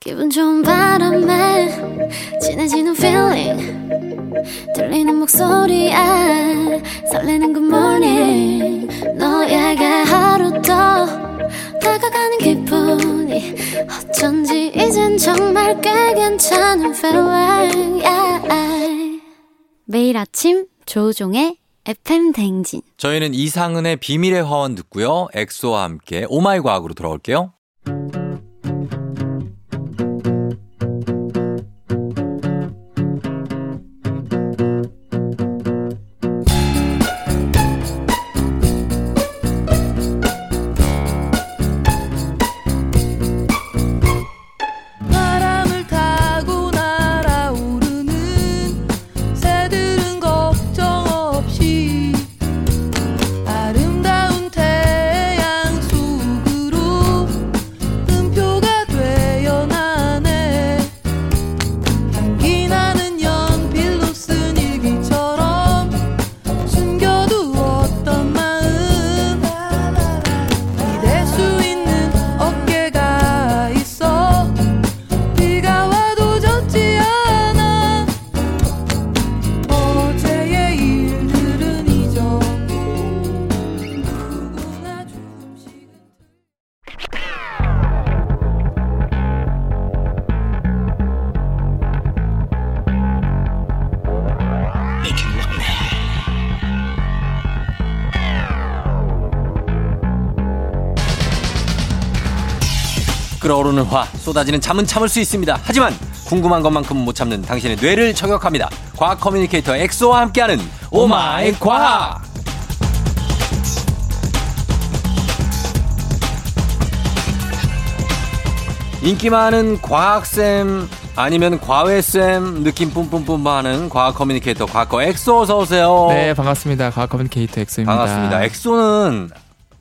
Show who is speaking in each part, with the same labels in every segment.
Speaker 1: 기분 좋은 바람에 진해지는 feeling 들리는 목소리에 설레는 good morning 너에게 하루 더 다가가는 기분이 어쩐지 이젠 정말 꽤 괜찮은 feeling yeah. 매일 아침 조종의 FM 댕진
Speaker 2: 저희는 이상은의 비밀의 화원 듣고요. 엑소와 함께 오마이 과학으로 돌아올게요.
Speaker 3: 바람을 타고 날아오르는 새들은 걱정 없이 아름다운 태양 속으로 음표가 되어 나네 향기 나는 연필로 쓴 일기처럼 숨겨두었던 마음 기댈 수 있는 어깨가 있어 비가 와도 젖지 않아 어제의 일들은 잊었고 누구나 조금씩은
Speaker 2: 끓어오르는 화, 쏟아지는 잠은 참을 수 있습니다. 하지만 궁금한 것만큼은 못 참는 당신의 뇌를 저격합니다. 과학 커뮤니케이터 엑소와 함께하는 오마이 과학! 인기 많은 과학쌤 아니면 과외쌤 느낌 뿜뿜뿜 하는 과학 커뮤니케이터 과거 엑소 어서 오세요.
Speaker 4: 네, 반갑습니다. 과학 커뮤니케이터
Speaker 2: 음,
Speaker 4: 엑소입니다.
Speaker 2: 반갑습니다. 엑소는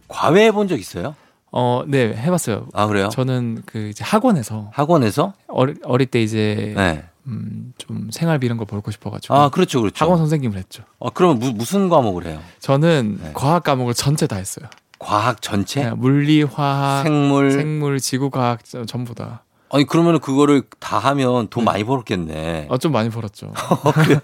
Speaker 2: 과외 해본 적 있어요?
Speaker 4: 어, 네, 해봤어요.
Speaker 2: 아 그래요?
Speaker 4: 저는 그 이제 학원에서
Speaker 2: 학원에서?
Speaker 4: 어리, 어릴 때 이제
Speaker 2: 네.
Speaker 4: 음, 좀 생활비 이런 거 벌고 싶어가지고
Speaker 2: 아 그렇죠 그렇죠.
Speaker 4: 학원 선생님을 했죠.
Speaker 2: 어, 그러면 무, 무슨 과목을 해요?
Speaker 4: 저는
Speaker 2: 네.
Speaker 4: 과학 과목을 전체 다 했어요.
Speaker 2: 과학 전체?
Speaker 4: 그냥 물리, 화학,
Speaker 2: 생물?
Speaker 4: 네, 아, 생물, 지구과학 저- 전부 다.
Speaker 2: 아니 그러면 그거를 다 하면 돈 많이 벌었겠네.
Speaker 4: 네. 어, 좀 많이 벌었죠.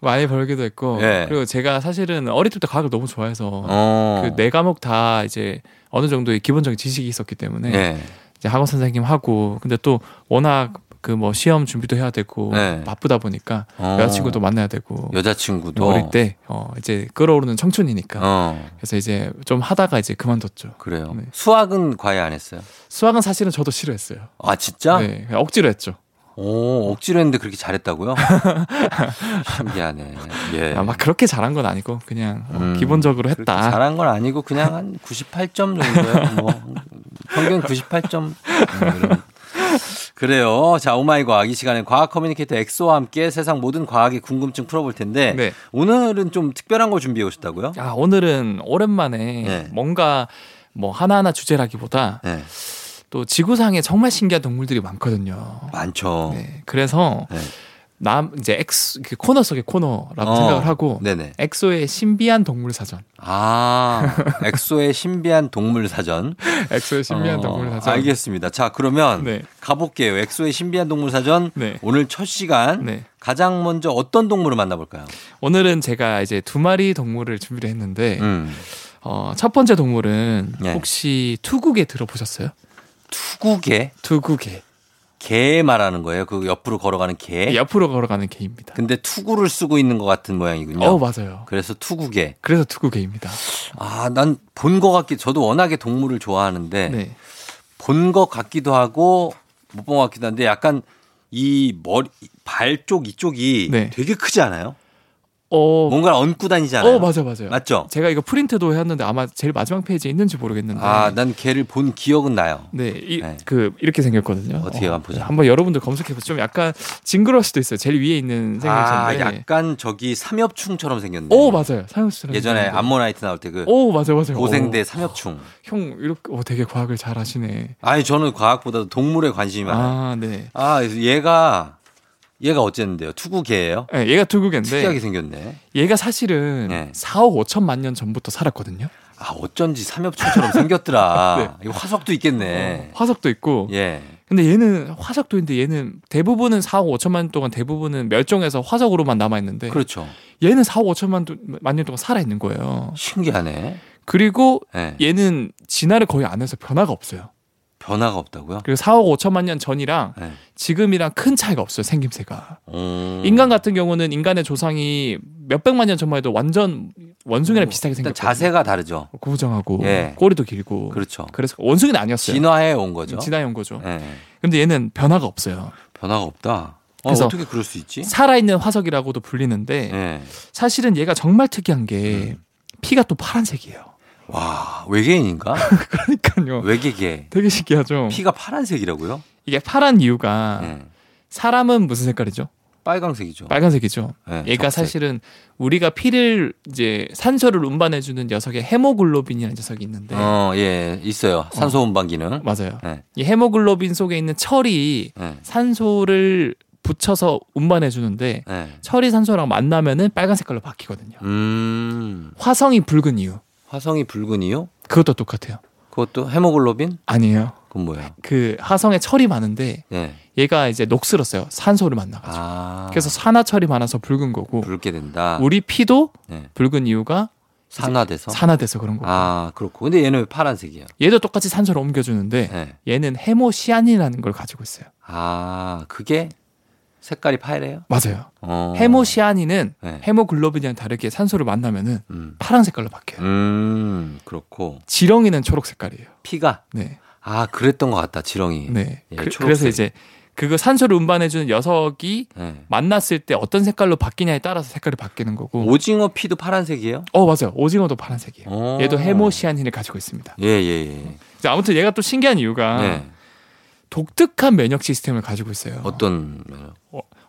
Speaker 4: 많이 벌기도 했고
Speaker 2: 네.
Speaker 4: 그리고 제가 사실은 어릴 때부터 과학을 너무 좋아해서
Speaker 2: 어.
Speaker 4: 그 네 과목 다 이제 어느 정도의 기본적인 지식이 있었기 때문에
Speaker 2: 네.
Speaker 4: 이제 학원 선생님 하고 근데 또 워낙 그 뭐 시험 준비도 해야 되고
Speaker 2: 네.
Speaker 4: 바쁘다 보니까
Speaker 2: 어.
Speaker 4: 여자친구도 만나야 되고
Speaker 2: 여자친구도
Speaker 4: 어릴 때 어, 이제 끌어오르는 청춘이니까
Speaker 2: 어.
Speaker 4: 그래서 이제 좀 하다가 이제 그만뒀죠.
Speaker 2: 그래요.
Speaker 4: 네.
Speaker 2: 수학은 과외 안 했어요?
Speaker 4: 수학은 사실은 저도 싫어했어요.
Speaker 2: 아 진짜?
Speaker 4: 네, 그냥 억지로 했죠.
Speaker 2: 오 억지로 했는데 그렇게 잘했다고요? 신기하네. 예.
Speaker 4: 아, 막 그렇게 잘한 건 아니고 그냥 어,
Speaker 2: 음,
Speaker 4: 기본적으로
Speaker 2: 그렇게
Speaker 4: 했다.
Speaker 2: 잘한 건 아니고 그냥 한 98점 정도요. 뭐 평균 98점. 음, 이런. 그래요. 자, 오마이 과학 이 시간에 과학 커뮤니케이터 엑소와 함께 세상 모든 과학의 궁금증 풀어볼 텐데
Speaker 4: 네.
Speaker 2: 오늘은 좀 특별한 걸 준비해 오셨다고요?
Speaker 4: 아, 오늘은 오랜만에
Speaker 2: 네.
Speaker 4: 뭔가 뭐 하나하나 주제라기보다
Speaker 2: 네.
Speaker 4: 또 지구상에 정말 신기한 동물들이 많거든요.
Speaker 2: 많죠.
Speaker 4: 네, 그래서
Speaker 2: 네.
Speaker 4: 남 이제 엑소 그 코너 속의 코너라고
Speaker 2: 어,
Speaker 4: 생각을 하고
Speaker 2: 네네.
Speaker 4: 엑소의 신비한 동물 사전.
Speaker 2: 아, 엑소의 신비한 동물 사전.
Speaker 4: 엑소의 신비한
Speaker 2: 어,
Speaker 4: 동물 사전.
Speaker 2: 알겠습니다. 자, 그러면
Speaker 4: 네.
Speaker 2: 가볼게요. 엑소의 신비한 동물 사전.
Speaker 4: 네.
Speaker 2: 오늘 첫 시간
Speaker 4: 네.
Speaker 2: 가장 먼저 어떤 동물을 만나볼까요?
Speaker 4: 오늘은 제가 이제 두 마리 동물을 준비를 했는데
Speaker 2: 음.
Speaker 4: 어, 첫 번째 동물은
Speaker 2: 네.
Speaker 4: 혹시 투구개 들어보셨어요?
Speaker 2: 투구개?
Speaker 4: 투구개.
Speaker 2: 개 말하는 거예요. 그 옆으로 걸어가는 개.
Speaker 4: 네, 옆으로 걸어가는 개입니다.
Speaker 2: 근데 투구를 쓰고 있는 것 같은 모양이군요.
Speaker 4: 어 맞아요.
Speaker 2: 그래서 투구개.
Speaker 4: 그래서 투구개입니다.
Speaker 2: 아, 난 본 것 같기. 저도 워낙에 동물을 좋아하는데
Speaker 4: 네.
Speaker 2: 본 것 같기도 하고 못 본 것 같기도 한데 약간 이 머리 발 쪽 이쪽이
Speaker 4: 네.
Speaker 2: 되게 크지 않아요?
Speaker 4: 어,
Speaker 2: 뭔가를 얹고 다니잖아요.
Speaker 4: 어 맞아 맞아요.
Speaker 2: 맞죠?
Speaker 4: 제가 이거 프린트도 해왔는데 아마 제일 마지막 페이지에 있는지 모르겠는데.
Speaker 2: 아, 난 걔를 본 기억은 나요.
Speaker 4: 네, 이,
Speaker 2: 네.
Speaker 4: 그 이렇게 생겼거든요.
Speaker 2: 어떻게 한번 보자.
Speaker 4: 한번 여러분들 검색해서 좀 약간 징그러울 수도 있어요. 제일 위에 있는
Speaker 2: 아,
Speaker 4: 생명체인데.
Speaker 2: 약간 저기 삼엽충처럼 생겼네.
Speaker 4: 오 맞아요. 네. 어, 삼엽수랑
Speaker 2: 예전에 암모나이트 나올 때 그
Speaker 4: 오 맞아요 맞아요.
Speaker 2: 고생대
Speaker 4: 오,
Speaker 2: 삼엽충.
Speaker 4: 형 이렇게 오, 되게 과학을 잘하시네.
Speaker 2: 아니 저는 과학보다도 동물에 관심이 많아요.
Speaker 4: 아 네.
Speaker 2: 아, 그래서 얘가 얘가 어쨌는데요? 투구개예요?
Speaker 4: 네, 얘가 두국인데
Speaker 2: 특이하게 생겼네.
Speaker 4: 얘가 사실은
Speaker 2: 네.
Speaker 4: 4억 5천만 년 전부터 살았거든요. 네.
Speaker 2: 아, 어쩐지 삼엽충처럼 생겼더라. 이 화석도 있겠네.
Speaker 4: 화석도 있고
Speaker 2: 예.
Speaker 4: 근데 얘는 화석도인데 얘는 대부분은 4억 5천만 년 동안 대부분은 멸종해서 화석으로만 남아 있는데
Speaker 2: 그렇죠.
Speaker 4: 얘는 4억 5천만 도- 만년 동안 살아 있는 거예요.
Speaker 2: 신기하네.
Speaker 4: 그리고
Speaker 2: 예.
Speaker 4: 얘는 진화를 거의 안 해서 변화가 없어요.
Speaker 2: 변화가 없다고요?
Speaker 4: 그리고 4억 5천만 년 전이랑
Speaker 2: 예.
Speaker 4: 지금이랑 큰 차이가 없어요. 생김새가.
Speaker 2: 음.
Speaker 4: 인간 같은 경우는 인간의 조상이 몇 백만 년 전만 해도 완전 원숭이랑
Speaker 2: 음.
Speaker 4: 비슷하게
Speaker 2: 일단
Speaker 4: 생겼고
Speaker 2: 자세가 다르죠.
Speaker 4: 고정하고
Speaker 2: 예.
Speaker 4: 꼬리도 길고
Speaker 2: 그렇죠.
Speaker 4: 그래서 원숭이는 아니었어요. 음,
Speaker 2: 진화해 온 거죠.
Speaker 4: 진화해 온 거죠.
Speaker 2: 예.
Speaker 4: 근데 얘는 변화가 없어요.
Speaker 2: 변화가 없다. 어,
Speaker 4: 그래서-
Speaker 2: 어떻게 그럴 수 있지?
Speaker 4: 살아있는 화석이라고도 불리는데
Speaker 2: 예. 음.
Speaker 4: 사실은 얘가 정말 특이한 게 피가 또 파란색이에요.
Speaker 2: 와 외계인인가?
Speaker 4: 그러니까요.
Speaker 2: 외계계.
Speaker 4: 되게 신기하죠.
Speaker 2: 피가 파란색이라고요?
Speaker 4: 이게 파란 이유가
Speaker 2: 예.
Speaker 4: 사람은 무슨 색깔이죠?
Speaker 2: 빨강색이죠.
Speaker 4: 빨간색이죠.
Speaker 2: 예, 적색.
Speaker 4: 얘가 사실은 우리가 피를 이제 산소를 운반해주는 녀석의 헤모글로빈이라는 녀석이 있는데
Speaker 2: 어, 예, 있어요. 산소 운반 기능.
Speaker 4: 맞아요.
Speaker 2: 예.
Speaker 4: 이 헤모글로빈 속에 있는 철이
Speaker 2: 예.
Speaker 4: 산소를 붙여서 운반해주는데
Speaker 2: 예.
Speaker 4: 철이 산소랑 만나면은 빨간 색깔로 바뀌거든요.
Speaker 2: 음.
Speaker 4: 화성이 붉은 이유
Speaker 2: 화성이 붉은 이유?
Speaker 4: 그것도 똑같아요.
Speaker 2: 그것도 헤모글로빈?
Speaker 4: 아니에요.
Speaker 2: 그건 뭐예요?
Speaker 4: 그 화성에 철이 많은데
Speaker 2: 예.
Speaker 4: 얘가 이제 녹슬었어요. 산소를 만나가지고.
Speaker 2: 아.
Speaker 4: 그래서 산화철이 많아서 붉은 거고
Speaker 2: 붉게 아. 된다.
Speaker 4: 우리 피도
Speaker 2: 예.
Speaker 4: 붉은 이유가
Speaker 2: 산화돼서.
Speaker 4: 산화돼서 그런 거고.
Speaker 2: 아, 그렇고. 근데 얘는 왜 파란색이야?
Speaker 4: 얘도 똑같이 산소를 옮겨주는데
Speaker 2: 예.
Speaker 4: 얘는 헤모시아닌이라는 걸 가지고 있어요.
Speaker 2: 아, 그게 색깔이 파래요?
Speaker 4: 맞아요.
Speaker 2: 어.
Speaker 4: 헤모시아닌은
Speaker 2: 네.
Speaker 4: 헤모글로빈이랑 다르게 산소를 만나면은
Speaker 2: 음.
Speaker 4: 파란 색깔로 바뀌어요.
Speaker 2: 음, 그렇고.
Speaker 4: 지렁이는 초록 색깔이에요.
Speaker 2: 피가
Speaker 4: 네.
Speaker 2: 아, 그랬던 것 같다. 지렁이.
Speaker 4: 네.
Speaker 2: 예,
Speaker 4: 그,
Speaker 2: 초록색.
Speaker 4: 래서 이제 그거 산소를 운반해주는 녀석이
Speaker 2: 예.
Speaker 4: 만났을 때 어떤 색깔로 바뀌냐에 따라서 색깔이 바뀌는 거고.
Speaker 2: 오징어 피도 파란색이에요?
Speaker 4: 어 맞아요. 오징어도 파란색이에요.
Speaker 2: 어.
Speaker 4: 얘도 헤모시아닌을 가지고 있습니다.
Speaker 2: 예, 예,
Speaker 4: 자, 아무튼 얘가 또 신기한
Speaker 2: 예.
Speaker 4: 이유가
Speaker 2: 네.
Speaker 4: 독특한 면역 시스템을 가지고 있어요.
Speaker 2: 어떤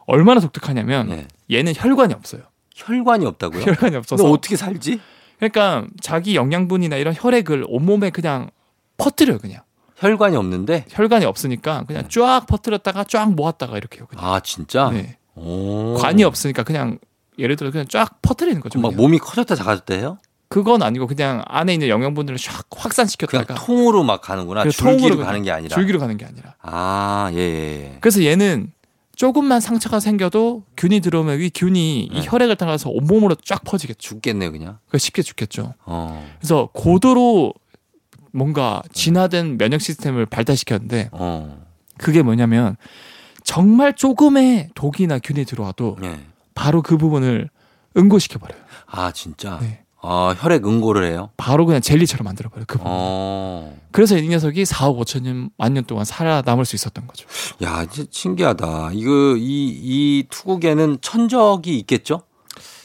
Speaker 4: 얼마나 독특하냐면
Speaker 2: 예.
Speaker 4: 얘는 혈관이 없어요.
Speaker 2: 혈관이 없다고요?
Speaker 4: 혈관이
Speaker 2: 근데
Speaker 4: 없어서
Speaker 2: 어떻게 살지?
Speaker 4: 그러니까 자기 영양분이나 이런 혈액을 온몸에 그냥 퍼뜨려요 그냥.
Speaker 2: 혈관이 없는데?
Speaker 4: 혈관이 없으니까 그냥 쫙 퍼뜨렸다가 쫙 모았다가 이렇게 해요 그냥.
Speaker 2: 네. 아, 음. 진짜?
Speaker 4: 네.
Speaker 2: 오.
Speaker 4: 관이 없으니까 그냥 예를 들어 그냥 쫙 퍼뜨리는 거죠.
Speaker 2: 그럼 막
Speaker 4: 그냥.
Speaker 2: 몸이 커졌다 작아졌다 해요?
Speaker 4: 그건 아니고 그냥 안에 있는 영양분들을 쫙
Speaker 2: 그냥
Speaker 4: 확산시켰다가
Speaker 2: 통으로 막 가는구나.
Speaker 4: 그냥
Speaker 2: 줄기로
Speaker 4: 통으로
Speaker 2: 가는 게 아니라.
Speaker 4: 줄기로 가는 게 아니라.
Speaker 2: 아, 예, 예.
Speaker 4: 그래서 얘는 조금만 상처가 생겨도 균이 들어오면 이 균이
Speaker 2: 네.
Speaker 4: 이 혈액을 따라서 온몸으로 쫙 퍼지겠죠.
Speaker 2: 죽겠네요, 그냥.
Speaker 4: 그 쉽게 죽겠죠.
Speaker 2: 어.
Speaker 4: 그래서 고도로 뭔가 진화된 면역 시스템을 발달시켰는데
Speaker 2: 어.
Speaker 4: 그게 뭐냐면 정말 조금의 독이나 균이 들어와도
Speaker 2: 예.
Speaker 4: 바로 그 부분을 응고시켜 버려요.
Speaker 2: 아, 진짜.
Speaker 4: 네.
Speaker 2: 아, 혈액 응고를 해요?
Speaker 4: 바로 그냥 젤리처럼 만들어 버려요. 그 부분.
Speaker 2: 어.
Speaker 4: 그래서 이 녀석이 4억 5천 년 만년 동안 살아남을 수 있었던 거죠.
Speaker 2: 야, 진짜 신기하다. 이거 이 이 투국에는 천적이 있겠죠?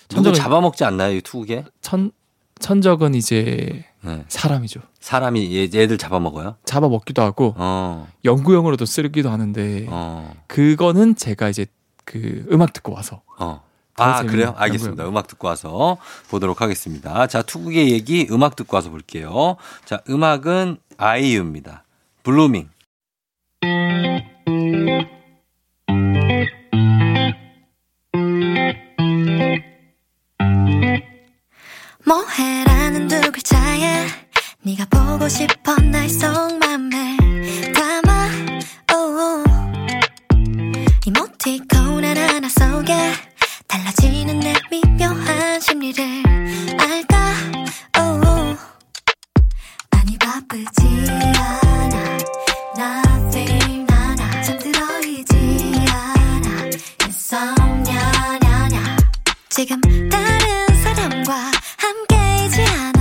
Speaker 2: 천적
Speaker 4: 천적은-
Speaker 2: 잡아먹지 않나요, 이 투국에?
Speaker 4: 천 천적은 이제
Speaker 2: 네.
Speaker 4: 사람이죠.
Speaker 2: 사람이 얘, 얘들 잡아먹어요?
Speaker 4: 잡아먹기도 하고
Speaker 2: 어.
Speaker 4: 연구용으로도 쓰기도 하는데
Speaker 2: 어.
Speaker 4: 그거는 제가 이제 그 음악 듣고 와서
Speaker 2: 어.
Speaker 4: 더
Speaker 2: 아,
Speaker 4: 재밌는
Speaker 2: 그래요? 알겠습니다.
Speaker 4: 연구예요.
Speaker 2: 음악 듣고 와서 보도록 하겠습니다. 자, 투국의 얘기 음악 듣고 와서 볼게요. 자, 음악은 아이유입니다. 블루밍.
Speaker 5: 뭐해라는 두 글자에 네가 보고 싶어 날 속맘에 담아 오 이모티콘 하나하나 속에 달라지는 내 미묘한 심리를 알까 오 아니 바쁘지 않아 Nothing 나나 잠들어 있지 않아 insomnia 나나 지금 다른 사람과 함께이지 않아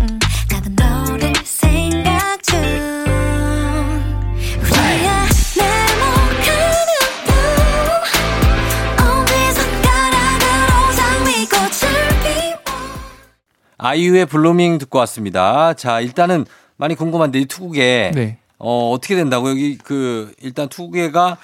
Speaker 5: 음, 나도 너를 생각 중 우리야 네모가는 꿈 어디선가 나를 장미꽃을 피워
Speaker 2: 아이유의 블루밍 듣고 왔습니다. 자, 일단은 많이 궁금한데 이 투국에
Speaker 4: 네.
Speaker 2: 어, 어떻게 된다고 여기 그 일단 투국에가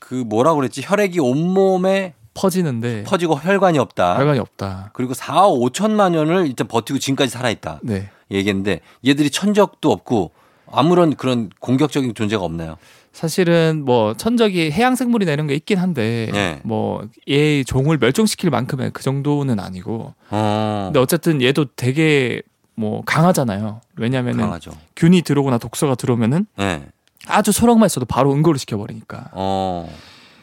Speaker 2: 그 뭐라고 그랬지? 혈액이 온몸에
Speaker 4: 퍼지는데
Speaker 2: 퍼지고 혈관이 없다.
Speaker 4: 네. 혈관이 없다.
Speaker 2: 그리고 4, 5천만 년을 일단 버티고 지금까지 살아있다.
Speaker 4: 네.
Speaker 2: 얘기인데 얘들이 천적도 없고 아무런 그런 공격적인 존재가 없나요?
Speaker 4: 사실은 뭐 천적이 해양 생물이나 이런 게 있긴 한데
Speaker 2: 네.
Speaker 4: 뭐 얘의 종을 멸종시킬 만큼의 그 정도는 아니고
Speaker 2: 어,
Speaker 4: 근데 어쨌든 얘도 되게 뭐 강하잖아요. 왜냐면은
Speaker 2: 강하죠.
Speaker 4: 균이 들어오거나 독소가 들어오면은
Speaker 2: 예.
Speaker 4: 아주 소량만 있어도 바로 응고를 시켜버리니까.
Speaker 2: 어.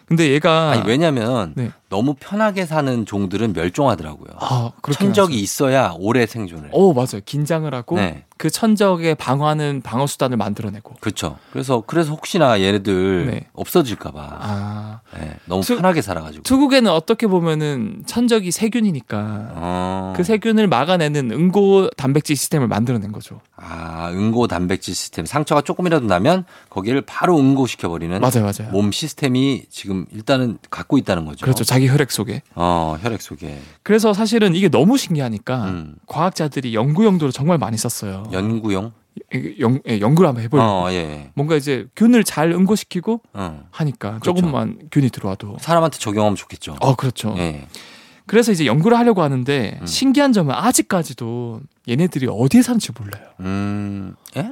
Speaker 4: 근데 얘가
Speaker 2: 아니 왜냐면
Speaker 4: 네.
Speaker 2: 너무 편하게 사는 종들은 멸종하더라고요.
Speaker 4: 아, 그렇긴
Speaker 2: 천적이
Speaker 4: 하죠.
Speaker 2: 있어야 오래 생존을.
Speaker 4: 어 맞아요. 긴장을 하고
Speaker 2: 네.
Speaker 4: 그 천적에 방어하는 방어 수단을 만들어내고.
Speaker 2: 그렇죠. 그래서 그래서 혹시나 얘네들
Speaker 4: 네.
Speaker 2: 없어질까봐
Speaker 4: 아
Speaker 2: 네, 너무
Speaker 4: 투-
Speaker 2: 편하게 살아가지고.
Speaker 4: 투국에는 어떻게 보면은 천적이 세균이니까
Speaker 2: 어.
Speaker 4: 그 세균을 막아내는 응고 단백질 시스템을 만들어낸 거죠.
Speaker 2: 아 응고 단백질 시스템 상처가 조금이라도 나면 거기를 바로 응고시켜버리는
Speaker 4: 맞아요, 맞아요.
Speaker 2: 몸 시스템이 지금 일단은 갖고 있다는 거죠.
Speaker 4: 그렇죠. 자기 혈액 속에.
Speaker 2: 어 혈액 속에
Speaker 4: 그래서 사실은 이게 너무 신기하니까
Speaker 2: 음.
Speaker 4: 과학자들이 연구 용도로 정말 많이 썼어요.
Speaker 2: 연구용.
Speaker 4: 이게 연, 예, 연구를 한번 해볼.
Speaker 2: 어 예.
Speaker 4: 뭔가 이제 균을 잘 응고시키고
Speaker 2: 어.
Speaker 4: 하니까
Speaker 2: 그렇죠.
Speaker 4: 조금만 균이 들어와도.
Speaker 2: 사람한테 적용하면 좋겠죠.
Speaker 4: 어, 그렇죠.
Speaker 2: 예.
Speaker 4: 그래서 이제 연구를 하려고 하는데
Speaker 2: 음.
Speaker 4: 신기한 점은 아직까지도 얘네들이 어디에 사는지 몰라요.
Speaker 2: 음. 예?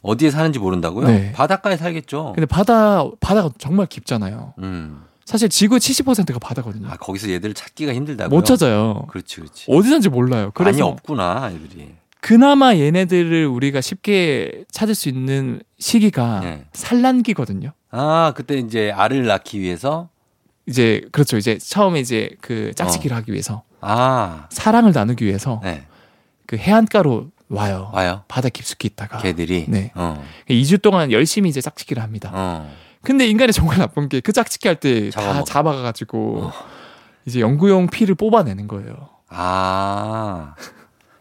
Speaker 2: 어디에 사는지 모른다고요?
Speaker 4: 네.
Speaker 2: 바닷가에 살겠죠.
Speaker 4: 근데 바다 바다가 정말 깊잖아요.
Speaker 2: 음.
Speaker 4: 사실 지구 의 70%가 바다거든요.
Speaker 2: 아 거기서 얘들을 찾기가 힘들다고요?
Speaker 4: 못 찾아요.
Speaker 2: 그렇지, 그렇지.
Speaker 4: 어디 사는지 몰라요.
Speaker 2: 많이
Speaker 4: 그래서
Speaker 2: 없구나 애들이.
Speaker 4: 그나마 얘네들을 우리가 쉽게 찾을 수 있는 시기가
Speaker 2: 네.
Speaker 4: 산란기거든요.
Speaker 2: 아 그때 이제 알을 낳기 위해서
Speaker 4: 이제 그렇죠. 이제 처음에 이제 그
Speaker 2: 어.
Speaker 4: 짝짓기를 하기 위해서
Speaker 2: 아
Speaker 4: 사랑을 나누기 위해서
Speaker 2: 네.
Speaker 4: 그 해안가로 와요.
Speaker 2: 와요.
Speaker 4: 바다 깊숙이 있다가
Speaker 2: 개들이.
Speaker 4: 네.
Speaker 2: 어.
Speaker 4: 2주 동안 열심히 이제 짝짓기를 합니다.
Speaker 2: 어.
Speaker 4: 근데 인간이 정말 나쁜 게 그 짝짓기 할 때 다
Speaker 2: 잡아먹어.
Speaker 4: 잡아가가지고
Speaker 2: 어.
Speaker 4: 이제 연구용 피를 뽑아내는 거예요.
Speaker 2: 아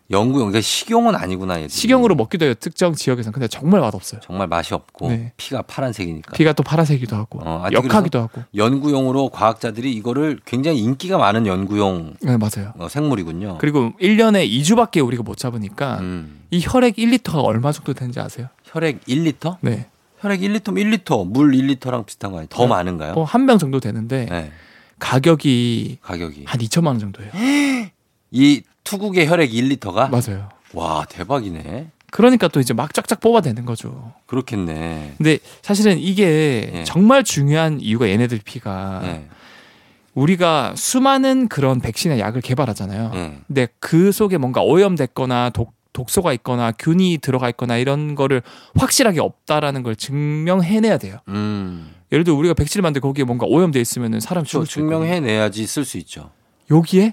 Speaker 2: 영구용. 그러니까 식용은 아니구나 얘들.
Speaker 4: 식용으로 먹기도 해요. 특정 지역에서는 근데 정말 맛없어요.
Speaker 2: 정말 맛이 없고
Speaker 4: 네.
Speaker 2: 피가 파란색이니까.
Speaker 4: 피가 또 파란색이기도 하고
Speaker 2: 그러니까. 어, 아직
Speaker 4: 역하기도 하고.
Speaker 2: 연구용으로 과학자들이 이거를 굉장히 인기가 많은 연구용
Speaker 4: 네 맞아요.
Speaker 2: 어, 생물이군요.
Speaker 4: 그리고 1년에 2주밖에 우리가 못 잡으니까
Speaker 2: 음.
Speaker 4: 이 혈액 1리터가 얼마 정도 되는지 아세요?
Speaker 2: 혈액 1리터?
Speaker 4: 네.
Speaker 2: 혈액 1리터면 1리터, 물 1리터랑 비슷한 거 아니에요? 더
Speaker 4: 네.
Speaker 2: 많은가요?
Speaker 4: 어, 한병 정도 되는데
Speaker 2: 네.
Speaker 4: 가격이
Speaker 2: 가격이.
Speaker 4: 한 2천만 원 정도예요.
Speaker 2: 이 투국의 혈액 1리터가
Speaker 4: 맞아요.
Speaker 2: 와 대박이네.
Speaker 4: 그러니까 또 이제 막 쫙쫙 뽑아내는 거죠.
Speaker 2: 그렇겠네.
Speaker 4: 근데 사실은 이게
Speaker 2: 예.
Speaker 4: 정말 중요한 이유가 얘네들 피가
Speaker 2: 네.
Speaker 4: 우리가 수많은 그런 백신의 약을 개발하잖아요.
Speaker 2: 네.
Speaker 4: 근데 그 속에 뭔가 오염됐거나 독 독소가 있거나 균이 들어가 있거나 이런 거를 확실하게 없다라는 걸 증명해내야 돼요.
Speaker 2: 음.
Speaker 4: 예를 들어 우리가 백신을 만들 때 거기에 뭔가 오염돼 있으면 사람
Speaker 2: 그거
Speaker 4: 죽을 수 있거든요.
Speaker 2: 그렇죠. 증명해내야지 쓸 수 있죠.
Speaker 4: 여기에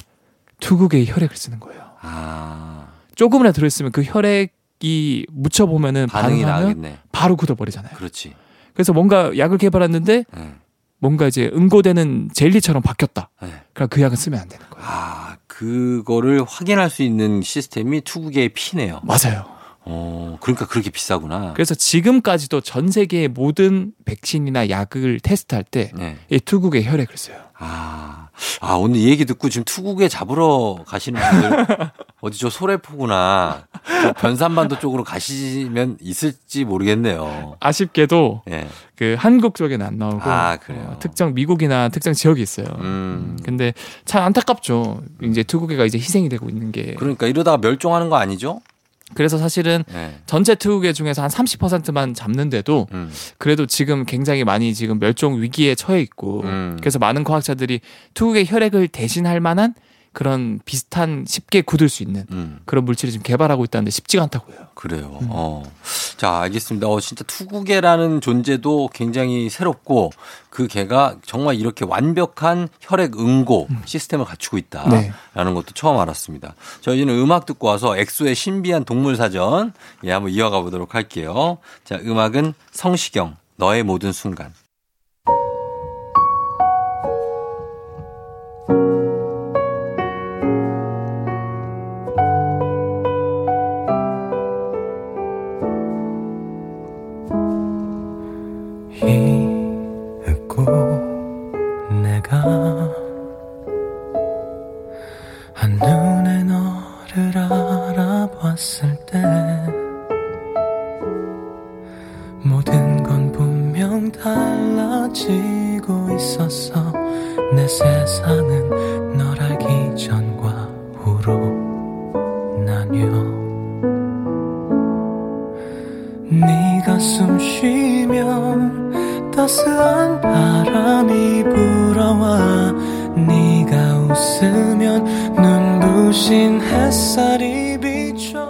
Speaker 4: 투국의 혈액을 쓰는 거예요.
Speaker 2: 아
Speaker 4: 조금이나 들어있으면 그 혈액이 묻혀보면은
Speaker 2: 반응이
Speaker 4: 반응하면
Speaker 2: 나겠네.
Speaker 4: 바로 굳어버리잖아요.
Speaker 2: 그렇지.
Speaker 4: 그래서 뭔가 약을 개발했는데
Speaker 2: 네.
Speaker 4: 뭔가 이제 응고되는 젤리처럼 바뀌었다.
Speaker 2: 네.
Speaker 4: 그럼 그 약은 쓰면 안 되는 거예요.
Speaker 2: 아 그거를 확인할 수 있는 시스템이 투국의 피네요.
Speaker 4: 맞아요.
Speaker 2: 어 그러니까 그렇게 비싸구나.
Speaker 4: 그래서 지금까지도 전 세계의 모든 백신이나 약을 테스트할 때 이
Speaker 2: 네.
Speaker 4: 투국의 혈액을 써요.
Speaker 2: 아, 아 오늘 이 얘기 듣고 지금 투국에 잡으러 가시는 분들 어디 저 소래포구나 저 변산반도 쪽으로 가시면 있을지 모르겠네요.
Speaker 4: 아쉽게도
Speaker 2: 예.
Speaker 4: 그 한국 쪽에는 안 나오고
Speaker 2: 아, 그래요?
Speaker 4: 어, 특정 미국이나 특정 지역이 있어요.
Speaker 2: 음.
Speaker 4: 근데 참 안타깝죠. 이제 투국에가 이제 희생이 되고 있는 게
Speaker 2: 그러니까 이러다가 멸종하는 거 아니죠?
Speaker 4: 그래서 사실은
Speaker 2: 예.
Speaker 4: 전체 투국에 중에서 한 30%만 잡는데도
Speaker 2: 음.
Speaker 4: 그래도 지금 굉장히 많이 지금 멸종 위기에 처해 있고
Speaker 2: 음.
Speaker 4: 그래서 많은 과학자들이 투국의 혈액을 대신할 만한 그런 비슷한 쉽게 굳을 수 있는
Speaker 2: 음,
Speaker 4: 그런 물질을 지금 개발하고 있다는데 쉽지가 않다고요.
Speaker 2: 그래요. 어. 자, 알겠습니다. 어, 진짜 투구개라는 존재도 굉장히 새롭고 그 개가 정말 이렇게 완벽한 혈액 응고 시스템을 갖추고 있다라는
Speaker 4: 네.
Speaker 2: 것도 처음 알았습니다. 저희는 음악 듣고 와서 엑소의 신비한 동물 사전 예, 한번 이어가 보도록 할게요. 자, 음악은 성시경 너의 모든 순간.
Speaker 6: 잊고 내가 한눈에 너를 알아봤을 때 모든 건 분명 달라지고 있었어 내 세상은 널 알기 전과 후로 나뉘어 네가 숨 쉬면 따스한 바람이 불어와 네가 웃으면 눈부신 햇살이 비춰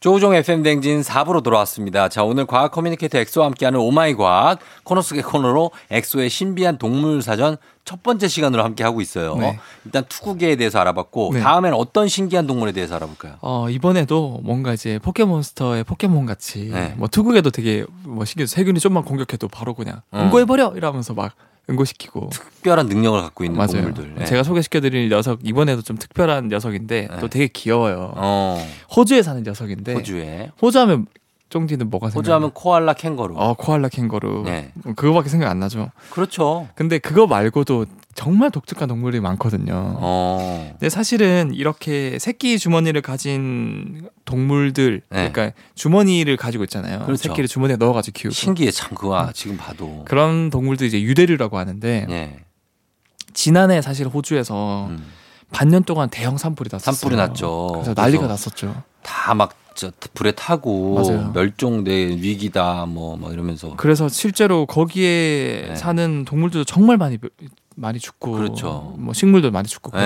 Speaker 2: 조우종 FM 댕진 4부로 돌아왔습니다. 자, 오늘 과학 커뮤니케이터 엑소와 함께하는 오마이 과학 코너 속의 코너로 엑소의 신비한 동물 사전 첫 번째 시간으로 함께하고 있어요.
Speaker 4: 네.
Speaker 2: 일단 투구계에 대해서 알아봤고
Speaker 4: 네.
Speaker 2: 다음엔 어떤 신기한 동물에 대해서 알아볼까요?
Speaker 4: 어, 이번에도 뭔가 이제 포켓몬스터의 포켓몬 같이
Speaker 2: 네.
Speaker 4: 뭐 투구에도 되게 뭐 신기해. 세균이 좀만 공격해도 바로 그냥
Speaker 2: 음.
Speaker 4: 응고해버려! 이러면서 막 응고시키고.
Speaker 2: 특별한 능력을 갖고 있는
Speaker 4: 맞아요.
Speaker 2: 동물들. 네.
Speaker 4: 제가 소개시켜드릴 녀석, 이번에도 좀 특별한 녀석인데
Speaker 2: 네.
Speaker 4: 또 되게 귀여워요.
Speaker 2: 어,
Speaker 4: 호주에 사는 녀석인데.
Speaker 2: 호주에
Speaker 4: 호주 하면 쫑디는 뭐가 생각나요?
Speaker 2: 호주하면 코알라 캥거루.
Speaker 4: 어, 코알라 캥거루. 어,
Speaker 2: 네.
Speaker 4: 그거밖에 생각 안 나죠.
Speaker 2: 그렇죠.
Speaker 4: 근데 그거 말고도 정말 독특한 동물이 많거든요.
Speaker 2: 어,
Speaker 4: 근데 사실은 이렇게 새끼 주머니를 가진 동물들,
Speaker 2: 네.
Speaker 4: 그러니까 주머니를 가지고 있잖아요.
Speaker 2: 그렇죠.
Speaker 4: 새끼를 주머니에 넣어가지고 키우고
Speaker 2: 신기해 참 그거 아, 지금 봐도.
Speaker 4: 그런 동물도 이제 유대류라고 하는데
Speaker 2: 예.
Speaker 4: 지난해 사실 호주에서
Speaker 2: 음.
Speaker 4: 반년 동안 대형 산불이 났어요.
Speaker 2: 산불이 났죠.
Speaker 4: 어. 그래서 난리가
Speaker 2: 그래서
Speaker 4: 났었죠.
Speaker 2: 다막 불에 타고
Speaker 4: 맞아요.
Speaker 2: 멸종돼 위기다 뭐 막 이러면서
Speaker 4: 그래서 실제로 거기에
Speaker 2: 네.
Speaker 4: 사는 동물들도 정말 많이 많이 죽고,
Speaker 2: 그렇죠.
Speaker 4: 뭐 식물도 많이 죽고
Speaker 2: 예,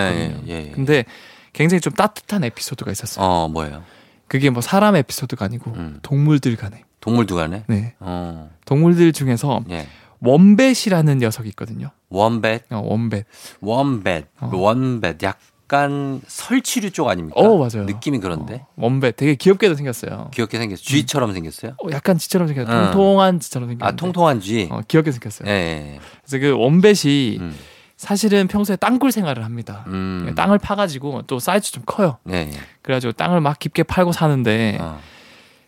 Speaker 2: 예,
Speaker 4: 그렇거든요.
Speaker 2: 예, 예.
Speaker 4: 근데 굉장히 좀 따뜻한 에피소드가 있었어요.
Speaker 2: 어 뭐예요?
Speaker 4: 그게 뭐 사람 에피소드가 아니고
Speaker 2: 음.
Speaker 4: 동물들 간에.
Speaker 2: 동물 두간에?
Speaker 4: 네.
Speaker 2: 어,
Speaker 4: 동물들 중에서
Speaker 2: 예.
Speaker 4: 원벳이라는 녀석이 있거든요.
Speaker 2: 원뱃,
Speaker 4: 어, 원벳.
Speaker 2: 원뱃,
Speaker 4: 어.
Speaker 2: 원뱃. 약간 설치류 쪽 아닙니까?
Speaker 4: 어, 맞아요.
Speaker 2: 느낌이 그런데
Speaker 4: 어, 원벳 되게 귀엽게도 생겼어요.
Speaker 2: 귀엽게 생겼어요. 쥐처럼 생겼어요?
Speaker 4: 어, 약간 쥐처럼 생겼어요.
Speaker 2: 응.
Speaker 4: 통통한 쥐처럼 생겼는데.
Speaker 2: 음. 아 통통한 쥐.
Speaker 4: 어, 귀엽게 생겼어요.
Speaker 2: 예. 예.
Speaker 4: 그래서 그 원벳이
Speaker 2: 음.
Speaker 4: 사실은 평소에 땅굴 생활을 합니다.
Speaker 2: 음.
Speaker 4: 땅을 파가지고 또 사이즈 좀 커요.
Speaker 2: 예.
Speaker 4: 그래가지고 땅을 막 깊게 팔고 사는데
Speaker 2: 예. 어,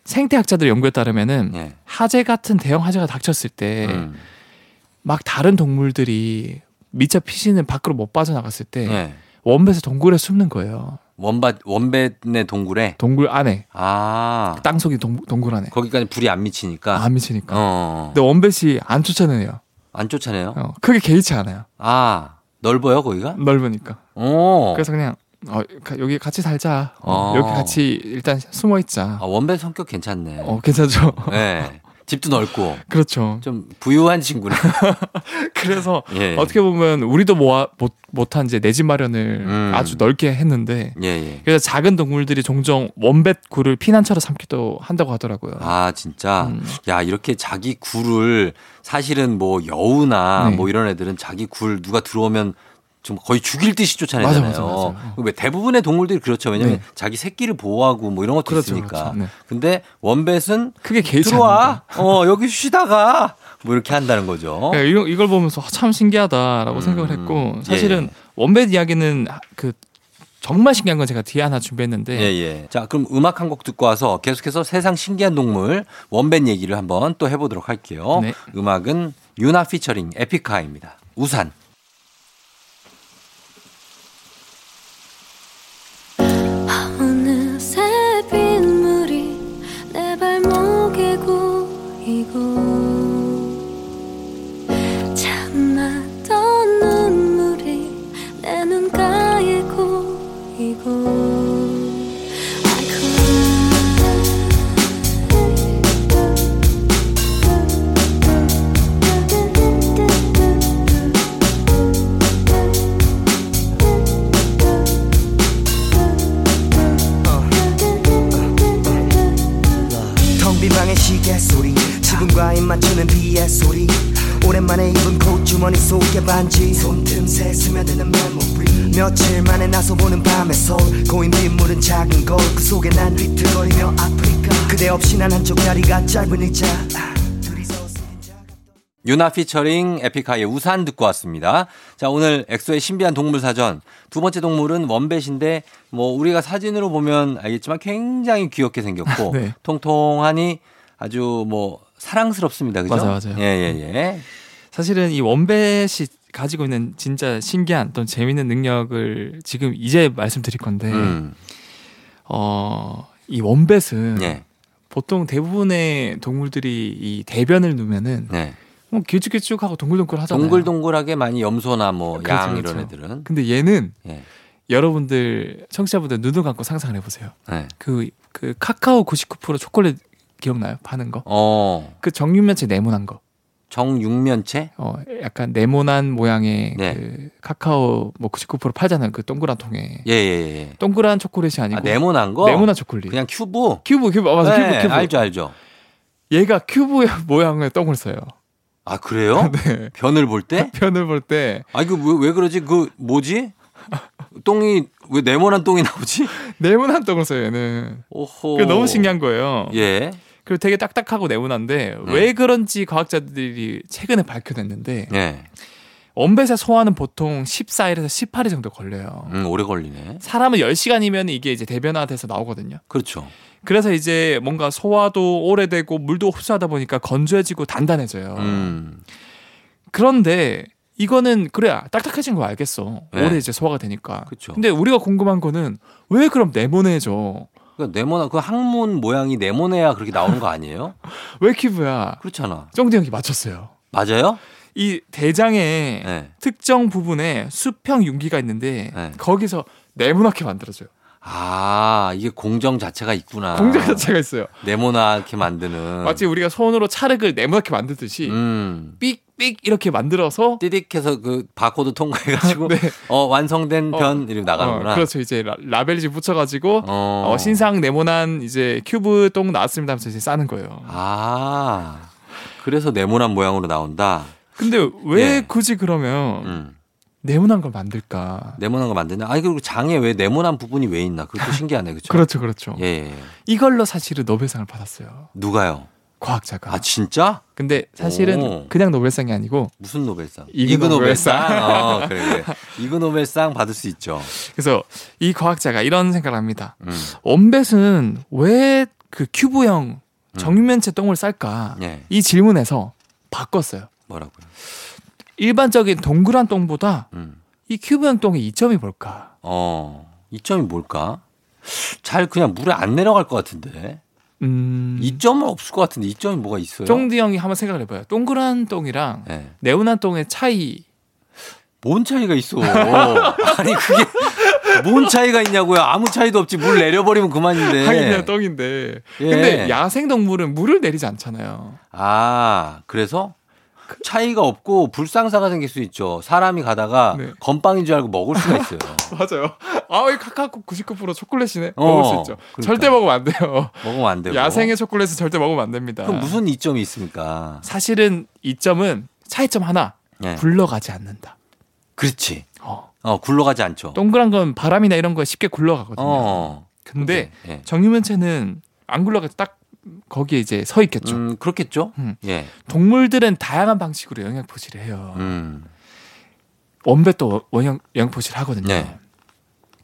Speaker 4: 생태학자들 연구에 따르면은
Speaker 2: 예.
Speaker 4: 화재 같은 대형 화재가 닥쳤을 때
Speaker 2: 음.
Speaker 4: 막 다른 동물들이 미처 피신을 밖으로 못 빠져나갔을 때
Speaker 2: 예.
Speaker 4: 원벳이 동굴에 숨는 거예요.
Speaker 2: 원밭 원뱃의 동굴에
Speaker 4: 동굴 안에
Speaker 2: 아
Speaker 4: 땅 속이 동, 동굴 안에
Speaker 2: 거기까지 불이 안 미치니까
Speaker 4: 안 미치니까.
Speaker 2: 아. 어,
Speaker 4: 근데 원벳이 안 쫓아내요.
Speaker 2: 안 쫓아내요.
Speaker 4: 어, 크게 개의치 않아요.
Speaker 2: 아 넓어요 거기가?
Speaker 4: 넓으니까.
Speaker 2: 오.
Speaker 4: 그래서 그냥 어, 가- 여기 같이 살자. 어,
Speaker 2: 어.
Speaker 4: 여기 같이 일단 숨어 있자.
Speaker 2: 아, 원배 성격 괜찮네.
Speaker 4: 어, 괜찮죠?
Speaker 2: 네. 집도 넓고
Speaker 4: 그렇죠.
Speaker 2: 좀 부유한 친구네.
Speaker 4: 그래서
Speaker 2: 예.
Speaker 4: 어떻게 보면 우리도 모아, 못, 못한 이제 내 집 마련을
Speaker 2: 음.
Speaker 4: 아주 넓게 했는데
Speaker 2: 예, 예.
Speaker 4: 그래서 작은 동물들이 종종 원뱃 굴을 피난처로 삼기도 한다고 하더라고요.
Speaker 2: 아, 진짜.
Speaker 4: 음.
Speaker 2: 야, 이렇게 자기 굴을 사실은 뭐 여우나
Speaker 4: 네.
Speaker 2: 뭐 이런 애들은 자기 굴 누가 들어오면 좀 거의 죽일 듯이 쫓아내잖아요.
Speaker 4: 맞아, 맞아, 맞아. 어.
Speaker 2: 왜 대부분의 동물들이 그렇죠. 왜냐면
Speaker 4: 네.
Speaker 2: 자기 새끼를 보호하고 뭐 이런 것도
Speaker 4: 그렇죠,
Speaker 2: 있으니까.
Speaker 4: 그렇죠. 네. 그
Speaker 2: 근데 원뱃은
Speaker 4: 크게 개의치 않는다.
Speaker 2: 들어와. 어, 여기 쉬다가 뭐 이렇게 한다는 거죠.
Speaker 4: 예, 이거- 이걸 보면서 아, 참 신기하다라고
Speaker 2: 음,
Speaker 4: 생각을 했고
Speaker 2: 예.
Speaker 4: 사실은 원뱃 이야기는 그 정말 신기한 건 제가 뒤에 하나 준비했는데
Speaker 2: 예, 예. 자, 그럼 음악 한 곡 듣고 와서 계속해서 세상 신기한 동물 원벤 얘기를 한번 또 해보도록 할게요.
Speaker 4: 네.
Speaker 2: 음악은 유나 피처링 에픽하입니다. 우산.
Speaker 1: 어느새 빗물이 내 발목에 고이고 참았던 눈물이 내 눈가에 고이고
Speaker 7: 텅빈 방의 시계 소리 지금과 입 맞추는 비의 소리 오랜만에 입은 콧 주머니 속에 반지 손틈새 스며드는 메모리 며칠 만에 나서 보는 밤의 서울 고인 빗물은 작은 걸 그 속에 난 비틀거리며 아프리카 그대 없이 난 한쪽 다리가 짧은 의자 둘이서 쓰는 자
Speaker 2: 유나 피처링 에픽하의 우산 듣고 왔습니다. 자, 오늘 엑소의 신비한 동물 사전. 두 번째 동물은 원뱃인데, 뭐, 우리가 사진으로 보면 알겠지만 굉장히 귀엽게 생겼고,
Speaker 4: 네.
Speaker 2: 통통하니 아주 뭐, 사랑스럽습니다. 그죠?
Speaker 4: 맞아요, 맞아요. 네.
Speaker 2: 예, 예, 예.
Speaker 4: 사실은 이 원벳이 가지고 있는 진짜 신기한 또 재밌는 능력을 지금 이제 말씀드릴 건데
Speaker 2: 음,
Speaker 4: 어, 이 원벳은
Speaker 2: 예,
Speaker 4: 보통 대부분의 동물들이 이 대변을 누면은
Speaker 2: 예.
Speaker 4: 뭐 길쭉길쭉하고 동글동글 하잖아요.
Speaker 2: 동글동글하게 많이 염소나 뭐,
Speaker 4: 그렇죠,
Speaker 2: 양
Speaker 4: 그렇죠.
Speaker 2: 이런 애들은.
Speaker 4: 근데 얘는
Speaker 2: 예.
Speaker 4: 여러분들 청취자분들 눈을 감고 상상을 해보세요.
Speaker 2: 네.
Speaker 4: 그, 그 카카오 99% 초콜릿 기억나요? 파는 거?
Speaker 2: 어.
Speaker 4: 그 정육면체 네모난 거.
Speaker 2: 정육면체?
Speaker 4: 어, 약간 네모난 모양의
Speaker 2: 네.
Speaker 4: 그 카카오 뭐 99% 팔잖아요. 그 동그란 통에.
Speaker 2: 예, 예, 예.
Speaker 4: 동그란 초콜릿이 아니고
Speaker 2: 아, 네모난 거?
Speaker 4: 네모난 초콜릿.
Speaker 2: 그냥 큐브?
Speaker 4: 큐브 큐브 아, 맞아
Speaker 2: 네,
Speaker 4: 큐브 큐브
Speaker 2: 알죠, 알죠.
Speaker 4: 얘가 큐브의 모양의 똥을 써요.
Speaker 2: 아, 그래요?
Speaker 4: 네.
Speaker 2: 변을 볼 때?
Speaker 4: 편을 볼 때
Speaker 2: 아니, 그, 왜, 왜 그러지? 그, 뭐지? 똥이, 왜 네모난 똥이 나오지?
Speaker 4: 네모난 똥을 써요. 얘는.
Speaker 2: 오호.
Speaker 4: 그 너무 신기한 거예요.
Speaker 2: 예.
Speaker 4: 그리고 되게 딱딱하고 네모난데 왜 그런지 과학자들이 최근에 밝혀냈는데
Speaker 2: 예.
Speaker 4: 원뱃의 소화는 보통 14일에서 18일 정도 걸려요.
Speaker 2: 음, 오래 걸리네.
Speaker 4: 사람은 10시간이면 이게 이제 대변화돼서 나오거든요.
Speaker 2: 그렇죠.
Speaker 4: 그래서 이제 뭔가 소화도 오래되고 물도 흡수하다 보니까 건조해지고 단단해져요.
Speaker 2: 음.
Speaker 4: 그런데 이거는 그래야 딱딱해진 거 알겠어.
Speaker 2: 네.
Speaker 4: 오래 이제 소화가 되니까.
Speaker 2: 그쵸.
Speaker 4: 근데 우리가 궁금한 거는 왜 그럼 네모네져?
Speaker 2: 그러니까 네모난, 그 항문 모양이 네모네야 그렇게 나오는 거 아니에요?
Speaker 4: 왜 큐브야?
Speaker 2: 그렇잖아.
Speaker 4: 정대 형이 맞췄어요.
Speaker 2: 맞아요?
Speaker 4: 이 대장에
Speaker 2: 네.
Speaker 4: 특정 부분에 수평 융기가 있는데
Speaker 2: 네.
Speaker 4: 거기서 네모나게 만들어져요.
Speaker 2: 아, 이게 공정 자체가 있구나.
Speaker 4: 공장 자체가 있어요.
Speaker 2: 네모나게 만드는.
Speaker 4: 마치 우리가 손으로 찰흙을 네모나게 만들듯이
Speaker 2: 음.
Speaker 4: 삑삑 이렇게 만들어서
Speaker 2: 띠딕해서 그 바코드 통과해가지고
Speaker 4: 네.
Speaker 2: 어 완성된
Speaker 4: 어,
Speaker 2: 편 이렇게 나가는구나.
Speaker 4: 어, 그렇죠. 이제 라- 라벨지 붙여가지고
Speaker 2: 어.
Speaker 4: 어, 신상 네모난 이제 큐브 똥 나왔습니다 하면서 이제 싸는 거예요.
Speaker 2: 아 그래서 네모난 모양으로 나온다.
Speaker 4: 근데 왜
Speaker 2: 예.
Speaker 4: 굳이 그러면
Speaker 2: 음.
Speaker 4: 네모난 걸 만들까?
Speaker 2: 네모난 거 만드냐? 아니 그리고 장에 왜 네모난 부분이 왜 있나? 그것도 신기하네, 그렇죠?
Speaker 4: 그렇죠, 그렇죠.
Speaker 2: 예, 예.
Speaker 4: 이걸로 사실은 노벨상을 받았어요.
Speaker 2: 누가요?
Speaker 4: 과학자가.
Speaker 2: 아 진짜?
Speaker 4: 근데 사실은
Speaker 2: 오.
Speaker 4: 그냥 노벨상이 아니고
Speaker 2: 무슨 노벨상?
Speaker 4: 이그
Speaker 2: 어, 그래, 그래. 이그 노벨상 받을 수 있죠.
Speaker 4: 그래서 이 과학자가 이런 생각을 합니다.
Speaker 2: 음.
Speaker 4: 원뱃은 왜 그 큐브형
Speaker 2: 음.
Speaker 4: 정육면체 똥을 쌀까?
Speaker 2: 예.
Speaker 4: 이 질문에서 바꿨어요.
Speaker 2: 뭐라고요?
Speaker 4: 일반적인 동그란 똥보다
Speaker 2: 음.
Speaker 4: 이 큐브형 똥의 이점이 뭘까?
Speaker 2: 어 이점이 뭘까? 잘 그냥 물에 안 내려갈 것 같은데.
Speaker 4: 음,
Speaker 2: 이점은 없을 것 같은데 이점이 뭐가 있어요?
Speaker 4: 쫑디 형이 한번 생각을 해봐요. 동그란 똥이랑
Speaker 2: 예.
Speaker 4: 네모난 똥의 차이.
Speaker 2: 뭔 차이가 있어? 아니 그게 뭔 차이가 있냐고요? 아무 차이도 없지. 물 내려버리면 그만인데.
Speaker 4: 하긴 그냥 똥인데.
Speaker 2: 네. 예.
Speaker 4: 근데 야생 동물은 물을 내리지 않잖아요.
Speaker 2: 아 그래서 차이가 없고 불상사가 생길 수 있죠. 사람이 가다가
Speaker 4: 네.
Speaker 2: 건빵인 줄 알고 먹을 수가 있어요.
Speaker 4: 맞아요. 아, 이 카카오 99% 초콜릿이네.
Speaker 2: 어,
Speaker 4: 먹을 수 있죠.
Speaker 2: 그러니까.
Speaker 4: 절대 먹으면 안 돼요.
Speaker 2: 먹으면 안 되고.
Speaker 4: 야생의 초콜릿은 절대 먹으면 안 됩니다.
Speaker 2: 그럼 무슨 이점이 있습니까?
Speaker 4: 사실은 이점은 차이점 하나.
Speaker 2: 예.
Speaker 4: 굴러가지 않는다.
Speaker 2: 그렇지.
Speaker 4: 어.
Speaker 2: 어 굴러가지 않죠.
Speaker 4: 동그란 건 바람이나 이런 거에 쉽게 굴러가거든요.
Speaker 2: 어.
Speaker 4: 근데
Speaker 2: 예.
Speaker 4: 정유면체는 안 굴러가 딱 거기에 이제 서 있겠죠.
Speaker 2: 음 그렇겠죠.
Speaker 4: 음.
Speaker 2: 예.
Speaker 4: 동물들은 다양한 방식으로 영양 포식을 해요.
Speaker 2: 음.
Speaker 4: 원뱃도 원형 영양 포식을 하거든요.
Speaker 2: 네.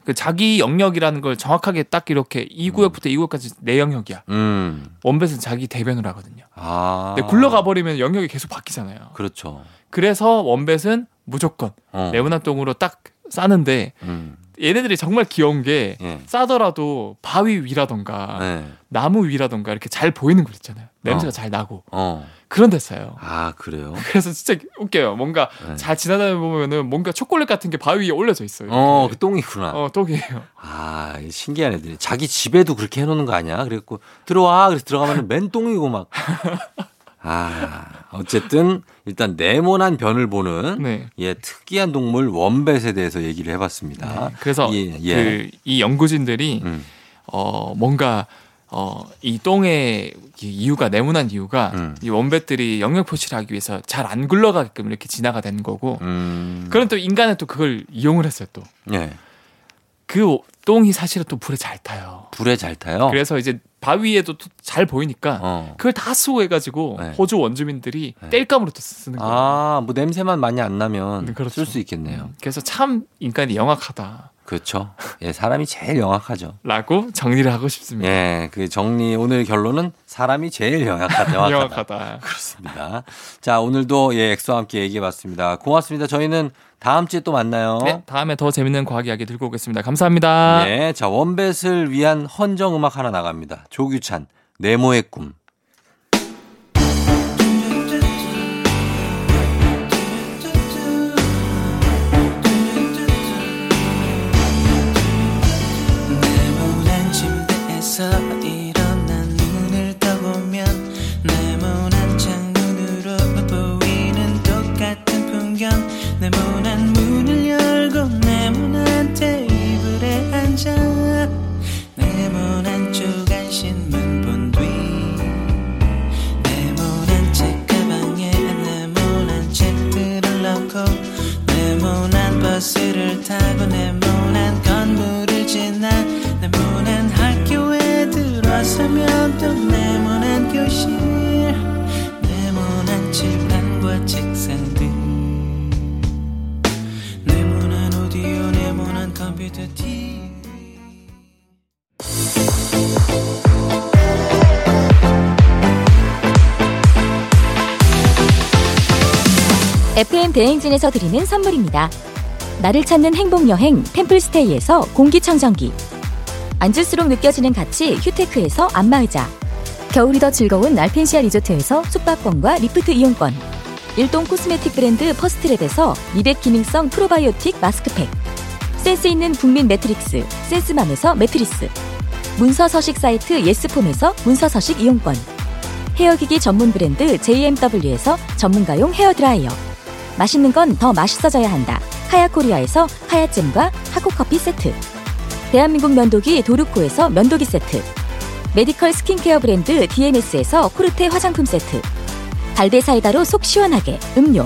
Speaker 4: 그 자기 영역이라는 걸 정확하게 딱 이렇게 이 구역부터 이 구역까지 내 영역이야.
Speaker 2: 음.
Speaker 4: 원뱃은 자기 대변을 하거든요.
Speaker 2: 아.
Speaker 4: 근데 굴러가 버리면 영역이 계속 바뀌잖아요.
Speaker 2: 그렇죠.
Speaker 4: 그래서 원뱃은 무조건
Speaker 2: 어.
Speaker 4: 네모난 똥으로 딱 싸는데
Speaker 2: 음.
Speaker 4: 얘네들이 정말 귀여운 게
Speaker 2: 예.
Speaker 4: 싸더라도 바위 위라던가
Speaker 2: 네.
Speaker 4: 나무 위라던가 이렇게 잘 보이는 곳 있잖아요. 냄새가
Speaker 2: 어.
Speaker 4: 잘 나고
Speaker 2: 어.
Speaker 4: 그런 데 싸요.
Speaker 2: 아 그래요.
Speaker 4: 그래서 진짜 웃겨요. 뭔가
Speaker 2: 네.
Speaker 4: 잘 지나다 보면은 뭔가 초콜릿 같은 게 바위 위에 올려져 있어요.
Speaker 2: 어,
Speaker 4: 이렇게.
Speaker 2: 그 똥이구나.
Speaker 4: 어, 똥이에요.
Speaker 2: 아, 이 신기한 애들이. 자기 집에도 그렇게 해놓는 거 아니야? 그래갖고, 들어와. 그래서 들어가면 맨 똥이고 막. 아, 어쨌든, 일단 네모난 변을 보는,
Speaker 4: 네.
Speaker 2: 예, 특이한 동물 원뱃에 대해서 얘기를 해봤습니다.
Speaker 4: 네. 그래서
Speaker 2: 예, 예.
Speaker 4: 그 이 연구진들이
Speaker 2: 음,
Speaker 4: 어 뭔가 어 이 똥의 이 이유가 네모난 이유가
Speaker 2: 음.
Speaker 4: 이 원뱃들이 영역 표시를 하기 위해서 잘 안 굴러가게끔 이렇게 진화가 된 거고
Speaker 2: 음.
Speaker 4: 그럼 또 인간은 또 그걸 이용을 했어요
Speaker 2: 예.
Speaker 4: 또 그 똥이 사실은 또 불에 잘 타요
Speaker 2: 불에 잘 타요?
Speaker 4: 그래서 이제 바위에도 또잘 보이니까
Speaker 2: 어.
Speaker 4: 그걸 다 수호해가지고
Speaker 2: 네.
Speaker 4: 호주 원주민들이
Speaker 2: 네.
Speaker 4: 뗄감으로 또 쓰는 거예요
Speaker 2: 아, 뭐 냄새만 많이 안 나면
Speaker 4: 네, 그렇죠.
Speaker 2: 쓸 수 있겠네요.
Speaker 4: 음, 그래서 참 인간이 영악하다
Speaker 2: 그렇죠. 예, 사람이 제일 영악하죠.
Speaker 4: 라고 정리를 하고 싶습니다
Speaker 2: 예, 그 정리, 오늘 결론은 사람이 제일 영악하다. 영악하다.
Speaker 4: 영악하다
Speaker 2: 그렇습니다. 자, 오늘도 예, 엑소와 함께 얘기해 봤습니다. 고맙습니다. 저희는 다음 주에 또 만나요.
Speaker 4: 네, 다음에 더 재밌는 과학 이야기 들고 오겠습니다. 감사합니다.
Speaker 2: 네, 자, 원뱃을 위한 헌정 음악 하나 나갑니다. 조규찬, 네모의 꿈.
Speaker 3: 네모난 침대에서 일어난 눈을 떠보면 네모난 창문으로 보이는 발견 네모난 문을 열고 네모난 테이블에 앉아 네모난 주간신문 본 뒤 네모난 책가방에 네모난 책들을 넣고 네모난 버스를 타고 네모난 건물을 지나 네모난 학교에 들어서면 또 네모난 교실 네모난 칠판과 책상들 네모난 오디오 네모난 컴퓨터 TV
Speaker 8: FM 대행진에서 드리는 선물입니다. 나를 찾는 행복 여행 템플스테이에서 공기청정기. 앉을수록 느껴지는 가치 휴테크에서 안마의자. 겨울이 더 즐거운 알펜시아 리조트에서 숙박권과 리프트 이용권. 일동 코스메틱 브랜드 퍼스트랩에서 미백 기능성 프로바이오틱 마스크팩. 센스 있는 국민 매트릭스 센스맘에서 매트리스. 문서 서식 사이트 예스폼에서 문서 서식 이용권. 헤어기기 전문 브랜드 JMW에서 전문가용 헤어드라이어. 맛있는 건 더 맛있어져야 한다. 하야코리아에서 하야잼과 하코커피 세트. 대한민국 면도기 도르코에서 면도기 세트. 메디컬 스킨케어 브랜드 DMS에서 코르테 화장품 세트. 갈베사이다로 속 시원하게 음료.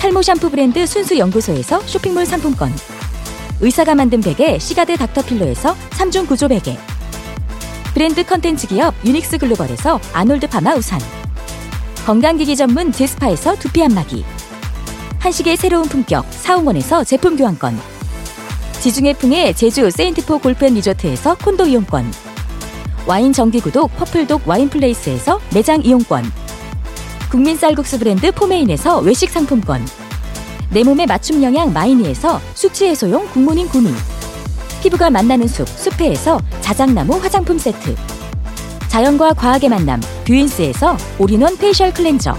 Speaker 8: 탈모 샴푸 브랜드 순수 연구소에서 쇼핑몰 상품권. 의사가 만든 베개 시가드 닥터필로에서 3중 구조 베개. 브랜드 컨텐츠 기업 유닉스 글로벌에서 아놀드 파마 우산. 건강기기 전문 제스파에서 두피 안마기. 한식의 새로운 품격 사홍원에서 제품 교환권 지중해 풍의 제주 세인트포 골프앤 리조트에서 콘도 이용권 와인 정기구독 퍼플독 와인플레이스에서 매장 이용권 국민 쌀국수 브랜드 포메인에서 외식 상품권 내 몸에 맞춤 영양 마이니에서 숙취 해소용 국모닝 구미 피부가 만나는 숲 숲회에서 자작나무 화장품 세트 자연과 과학의 만남 뷰인스에서 올인원 페이셜 클렌저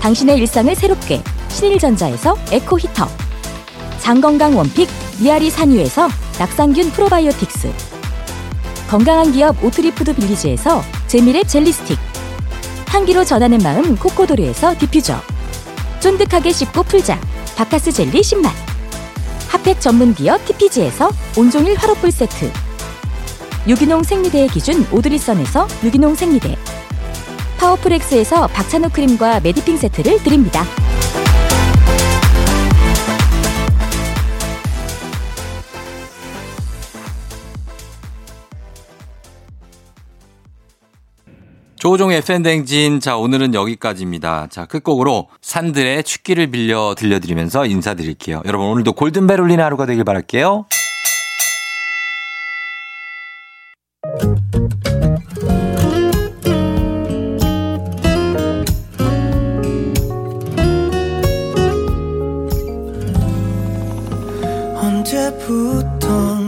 Speaker 8: 당신의 일상을 새롭게 신일전자에서 에코 히터 장건강 원픽 미아리 산유에서 낙상균 프로바이오틱스 건강한 기업 오트리푸드 빌리지에서 재미랩 젤리 스틱 향기로 전하는 마음 코코도르에서 디퓨저 쫀득하게 씹고 풀자 바카스 젤리 신맛 핫팩 전문 기업 TPG에서 온종일 화로불 세트 유기농 생리대의 기준 오드리선에서 유기농 생리대 파워풀엑스에서 박찬호 크림과 메디핑 세트를 드립니다.
Speaker 2: 조종의 팬댕진. 자, 오늘은 여기까지입니다. 자, 끝곡으로 산들의 축기를 빌려 들려드리면서 인사드릴게요. 여러분, 오늘도 골든벨 울리는 하루가 되길 바랄게요.
Speaker 6: 언제부턴가